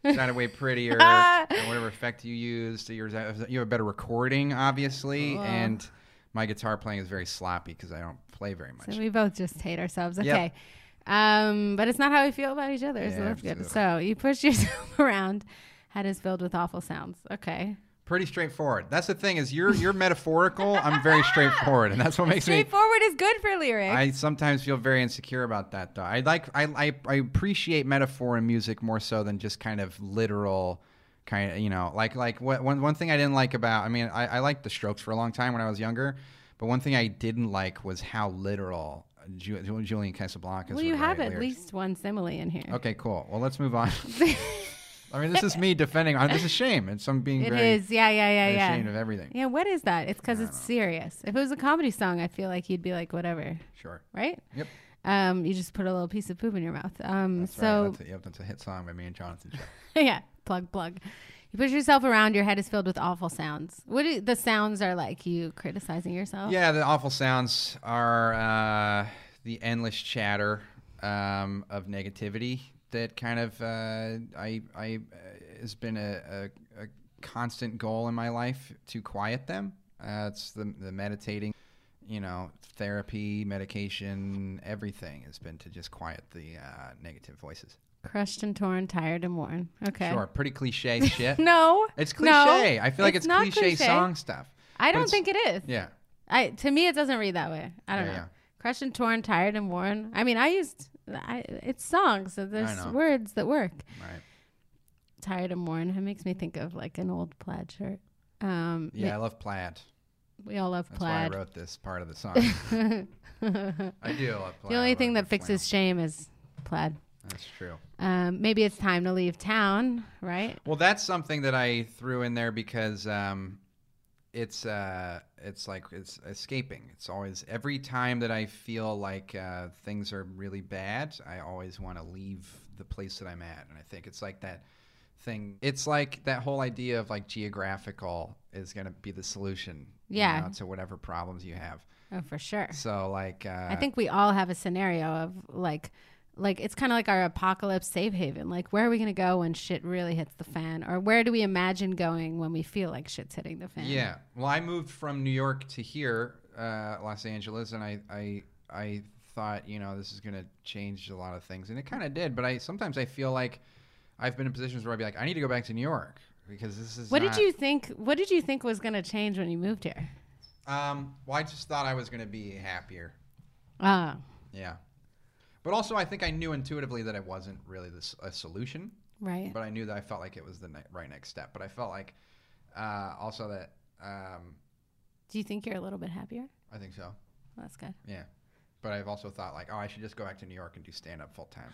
S1: sounded way prettier, and whatever effect you used, yours uh, you have a better recording, obviously,
S2: Oh.
S1: and my guitar playing is very sloppy because I don't play very much.
S2: So we both just hate ourselves.
S1: Yep.
S2: Okay. Um, but it's not how we feel about each other. so
S1: Yeah,
S2: that's good.
S1: absolutely.
S2: So you push yourself around. Head is filled with awful sounds. Okay.
S1: Pretty straightforward. That's the thing is you're you're metaphorical. I'm very straightforward, and that's what makes me.
S2: Straightforward is good for lyrics.
S1: I sometimes feel very insecure about that, though. I like I, I I appreciate metaphor in music more so than just kind of literal kind of you know like like what one one thing I didn't like about I mean I, I liked the Strokes for a long time when I was younger, but one thing I didn't like was how literal Ju- Ju- Julian Casablancas.
S2: well, you
S1: would
S2: have
S1: write
S2: at
S1: lyrics.
S2: least one simile in here.
S1: Okay, cool. Well, let's move on. I mean, this is me defending. I- This is shame, and some being
S2: It
S1: very
S2: is. Yeah, yeah, yeah,
S1: very
S2: yeah.
S1: ashamed of everything.
S2: Yeah, what is that? It's because it's serious. If it was a comedy song, I feel like you'd be like, whatever,
S1: Sure.
S2: right?
S1: Yep.
S2: Um, you just put a little piece of poop in your mouth. Um,
S1: That's right.
S2: so
S1: That's a, yep, that's a hit song by me and Jonathan.
S2: yeah, plug, plug. You push yourself around. Your head is filled with awful sounds. What do, the sounds are like? You criticizing yourself?
S1: Yeah, the awful sounds are uh, the endless chatter um, of negativity that kind of uh, I I uh, has been a, a, a constant goal in my life to quiet them. Uh, it's the the meditating, you know, therapy, medication, everything has been to just quiet the uh, negative voices.
S2: Crushed and torn, tired and worn. Okay.
S1: Sure, pretty cliche shit.
S2: No,
S1: It's
S2: no,
S1: cliche. I feel like it's,
S2: not
S1: cliche, song stuff.
S2: I
S1: but
S2: don't
S1: it's-
S2: think it is.
S1: Yeah.
S2: I to me it doesn't read that way. I don't
S1: Yeah,
S2: know.
S1: yeah.
S2: Crushed and torn, tired and worn. I mean, I used I, it's songs, so there's
S1: know.
S2: words that work.
S1: Right.
S2: Tired and worn. It makes me think of like an old plaid shirt. Um,
S1: Yeah, I love plaid.
S2: we all love
S1: That's
S2: plaid.
S1: why I wrote this part of the song. I do love plaid. I
S2: The only
S1: love
S2: thing that
S1: the flannel.
S2: fixes shame is plaid.
S1: That's true.
S2: Um, maybe it's time to leave town, right?
S1: Well, that's something that I threw in there because um, it's uh, it's like it's escaping. It's always every time that I feel like uh, things are really bad, I always want to leave the place that I'm at, and I think it's like that thing. It's like that whole idea of like geographical is going to be the solution. you
S2: Yeah.
S1: know, to whatever problems you have.
S2: Oh, for sure.
S1: So like, uh,
S2: I think we all have a scenario of like, like it's kind of like our apocalypse safe haven. Like, where are we going to go when shit really hits the fan, or where do we imagine going when we feel like shit's hitting the fan?
S1: Yeah. Well, I moved from New York to here, uh, Los Angeles, and I, I, I thought, you know, this is going to change a lot of things, and it kind of did. But I sometimes I feel like I've been in positions where I'd be like, I need to go back to New York because this is.
S2: What
S1: not-
S2: did you think? What did you think was going to change when you moved here?
S1: Um, well, I just thought I was going to be happier.
S2: Oh,
S1: Yeah. But also, I think I knew intuitively that it wasn't really this, a solution.
S2: right.
S1: but I knew that I felt like it was the ne- right next step. But I felt like uh, also that um,
S2: Do you think you're a little bit happier?
S1: I think so.
S2: That's good.
S1: Yeah. But I've also thought like, oh, I should just go back to New York and do stand up full time.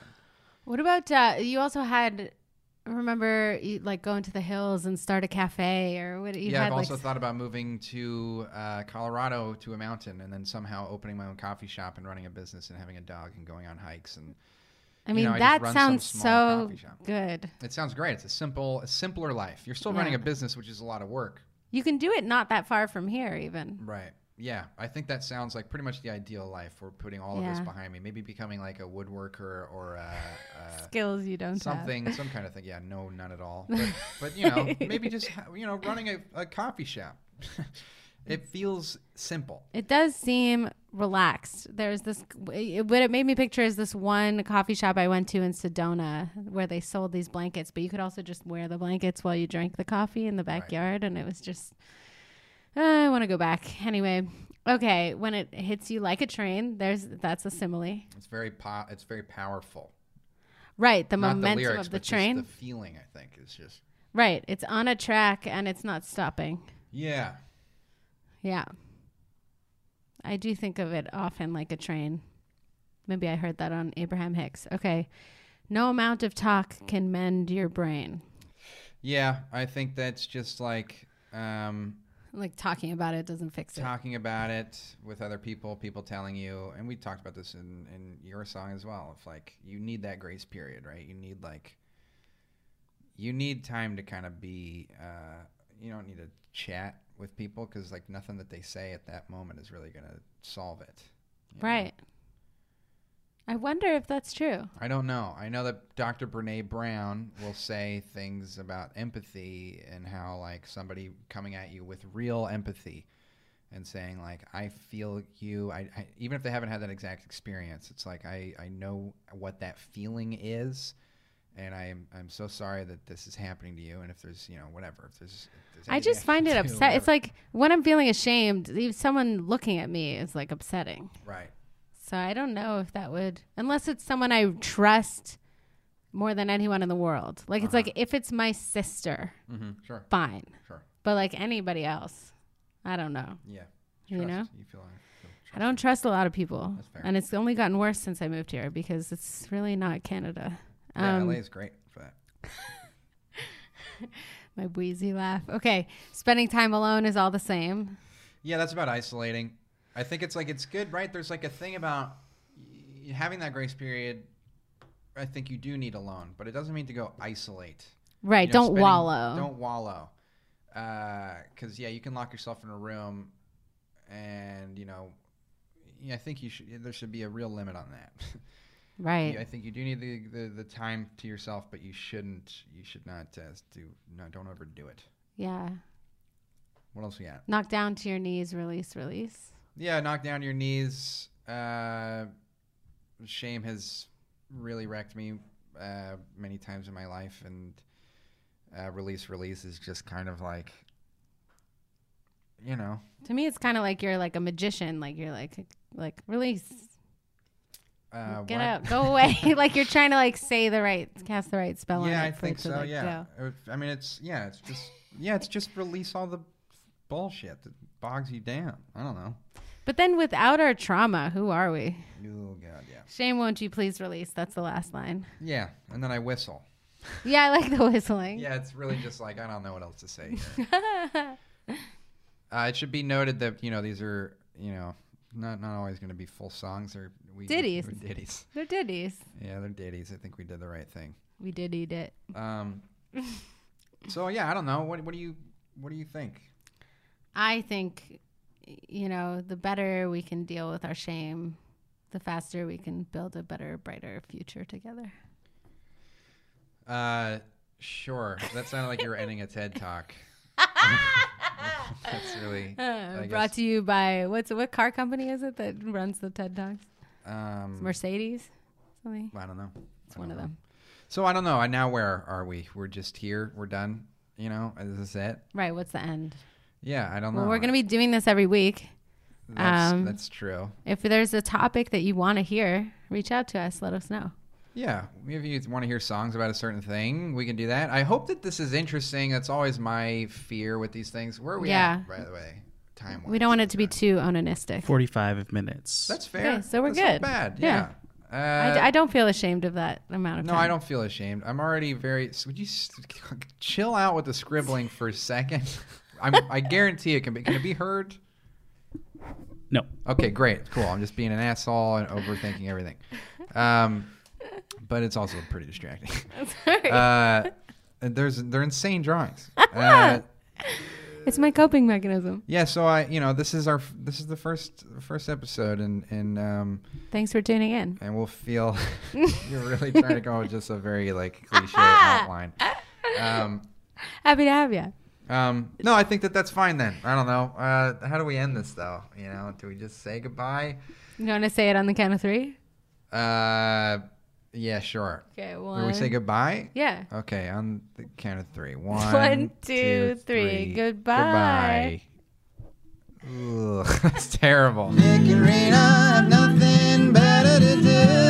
S2: What about uh, you? Also had remember you, like going to the hills and start a cafe or what? You
S1: Yeah,
S2: had
S1: I've
S2: like
S1: also thought about moving to uh, Colorado to a mountain and then somehow opening my own coffee shop and running a business and having a dog and going on hikes and
S2: I mean,
S1: know, I just
S2: that
S1: run some
S2: sounds
S1: small
S2: so
S1: coffee shop.
S2: good.
S1: it sounds great. It's a simple, a simpler life. You're still running
S2: Yeah.
S1: a business, which is a lot of work.
S2: You can do it not that far from here, even.
S1: Right. Yeah, I think that sounds like pretty much the ideal life. We're putting all of this
S2: Yeah.
S1: behind me. Maybe becoming like a woodworker or a,
S2: Skills you
S1: a
S2: don't
S1: something, some kind of thing. Yeah, no, none at all. But, but you know, maybe just ha- you know, running a, a coffee shop. it feels simple.
S2: It does seem relaxed. There's this, it- what it made me picture is this one coffee shop I went to in Sedona where they sold these blankets, but you could also just wear the blankets while you drank the coffee in the backyard. And it was just, uh, I want to go back. Anyway, okay, when it hits you like a train, there's that's a simile.
S1: It's very po- It's very powerful.
S2: Right, the
S1: Not
S2: momentum
S1: the lyrics,
S2: of the
S1: but
S2: train.
S1: just the feeling. I think is just
S2: right, it's on a track and it's not stopping.
S1: yeah.
S2: Yeah. I do think of it often like a train. Maybe I heard that on Abraham Hicks. Okay. No amount of talk can mend your brain.
S1: Yeah, I think that's just like um,
S2: Like talking about it doesn't fix it.
S1: talking about it with other people, people telling you, and we talked about this in, in your song as well. If like you need that grace period, right? You need like you need time to kind of be. Uh, you don't need to chat with people because like nothing that they say at that moment is really gonna solve it. you know?
S2: Right. I wonder if that's true.
S1: I don't know. I know that Dr. Brene Brown will say things about empathy and how like somebody coming at you with real empathy and saying like I feel you. I, I even if they haven't had that exact experience, it's like I I know what that feeling is. And I'm I'm so sorry that this is happening to you. And if there's you know whatever, if there's, if there's
S2: I
S1: anything
S2: just
S1: can
S2: find it
S1: do,
S2: upset. It's
S1: whatever.
S2: like when I'm feeling ashamed, even someone looking at me is like upsetting.
S1: right.
S2: So I don't know if that would, unless it's someone I trust more than anyone in the world. Like it's like if it's my sister,
S1: hmm Sure,
S2: fine.
S1: sure.
S2: But like anybody else, I don't know.
S1: Yeah.
S2: You
S1: Trust.
S2: know?
S1: You feel, feel
S2: I
S1: trust.
S2: don't trust a lot of people,
S1: That's fair.
S2: and it's only gotten worse since I moved here because it's really not Canada.
S1: Yeah,
S2: Um,
S1: LA is great for that.
S2: my wheezy laugh. Okay, spending time alone is all the same.
S1: Yeah, that's about isolating. I think it's like it's good, right? There's like a thing about y- having that grace period. I think you do need alone, but it doesn't mean to go isolate.
S2: Right?
S1: You know,
S2: don't
S1: spending-
S2: wallow.
S1: Don't wallow. Because yeah, you can lock yourself in a room, and you know, yeah, I think you should. There should be a real limit on that.
S2: right.
S1: I think you do need the, the the time to yourself, but you shouldn't. You should not uh, do. No, don't overdo it.
S2: yeah.
S1: What else we got?
S2: Knock down to your knees. Release. Release.
S1: Yeah, knock down your knees. Uh, shame has really wrecked me uh, many times in my life, and uh, release, release is just kind of like, you know,
S2: To me, it's kind of like you're like a magician. Like you're like like release.
S1: uh,
S2: Get
S1: what-
S2: out. Go away. like you're trying to like say the right, cast the right spell on it.
S1: Yeah, I
S2: for it
S1: think
S2: to,
S1: so.
S2: like,
S1: Yeah,
S2: go.
S1: It would- I mean, it's yeah, it's just yeah, it's just release all the bullshit that bogs you down. I don't know.
S2: But then without our trauma, who are we?
S1: Oh god, yeah,
S2: Shame, won't you please release? That's the last line.
S1: yeah, and then I whistle.
S2: Yeah, I like the whistling.
S1: Yeah, it's really just like I don't know what else to say. Here. Uh, it should be noted that you know these are you know not not always going to be full songs or we
S2: Ditties.
S1: or ditties.
S2: They're ditties.
S1: Yeah, they're ditties. I think we did the right thing.
S2: We did eat it.
S1: Um, so yeah, I don't know. What what do you what do you think?
S2: I think, you know, the better we can deal with our shame, the faster we can build a better, brighter future together.
S1: Uh, sure. That sounded like you were ending a TED talk. That's really I
S2: Uh, Brought
S1: guess,
S2: to you by what's what car company is it that runs the TED Talks?
S1: um,
S2: Mercedes, something.
S1: I don't know.
S2: It's one of them.
S1: So I don't know. I now where are we? We're just here. We're done. You know, is this it?
S2: Right. What's the end?
S1: Yeah, I don't know.
S2: Well, we're gonna be doing this every week.
S1: That's,
S2: um,
S1: that's true.
S2: If there's a topic that you want to hear, reach out to us. Let us know.
S1: Yeah, if you want to hear songs about a certain thing, we can do that. I hope that this is interesting. That's always my fear with these things. Where are we
S2: Yeah.
S1: at, by the way? Time.
S2: We don't want it to be too onanistic.
S3: Forty-five minutes.
S1: That's fair.
S2: Okay, so we're
S1: That's not
S2: good.
S1: bad. Yeah.
S2: Yeah.
S1: Uh,
S2: I, I don't feel ashamed of that amount of
S1: no,
S2: time.
S1: I don't feel ashamed. I'm already very. s- Would you s- chill out with the scribbling for a second? I'm, I guarantee it can be. Can it be heard?
S3: no.
S1: Okay, great, cool. I'm just being an asshole and overthinking everything. Um, but it's also pretty distracting.
S2: Sorry.
S1: Uh, there's they're insane drawings. Uh,
S2: it's my coping mechanism.
S1: yeah, so I you know this is our f- this is the first first episode and and um
S2: Thanks for tuning in.
S1: and we'll feel you're really trying to go with just a very like cliche outline. Um,
S2: Happy to have you.
S1: um, no, I think that that's fine then. I don't know. Uh, how do we end this though? You know, do we just say goodbye?
S2: You want to say it on the count of three?
S1: Uh, yeah, sure.
S2: Okay,
S1: Do
S2: one.
S1: we say goodbye?
S2: Yeah.
S1: Okay, on the count of three. One,
S2: One, two,
S1: two,
S2: three.
S1: three.
S2: Goodbye.
S1: Goodbye. Ugh, that's terrible. Nick and Rena have nothing better to do.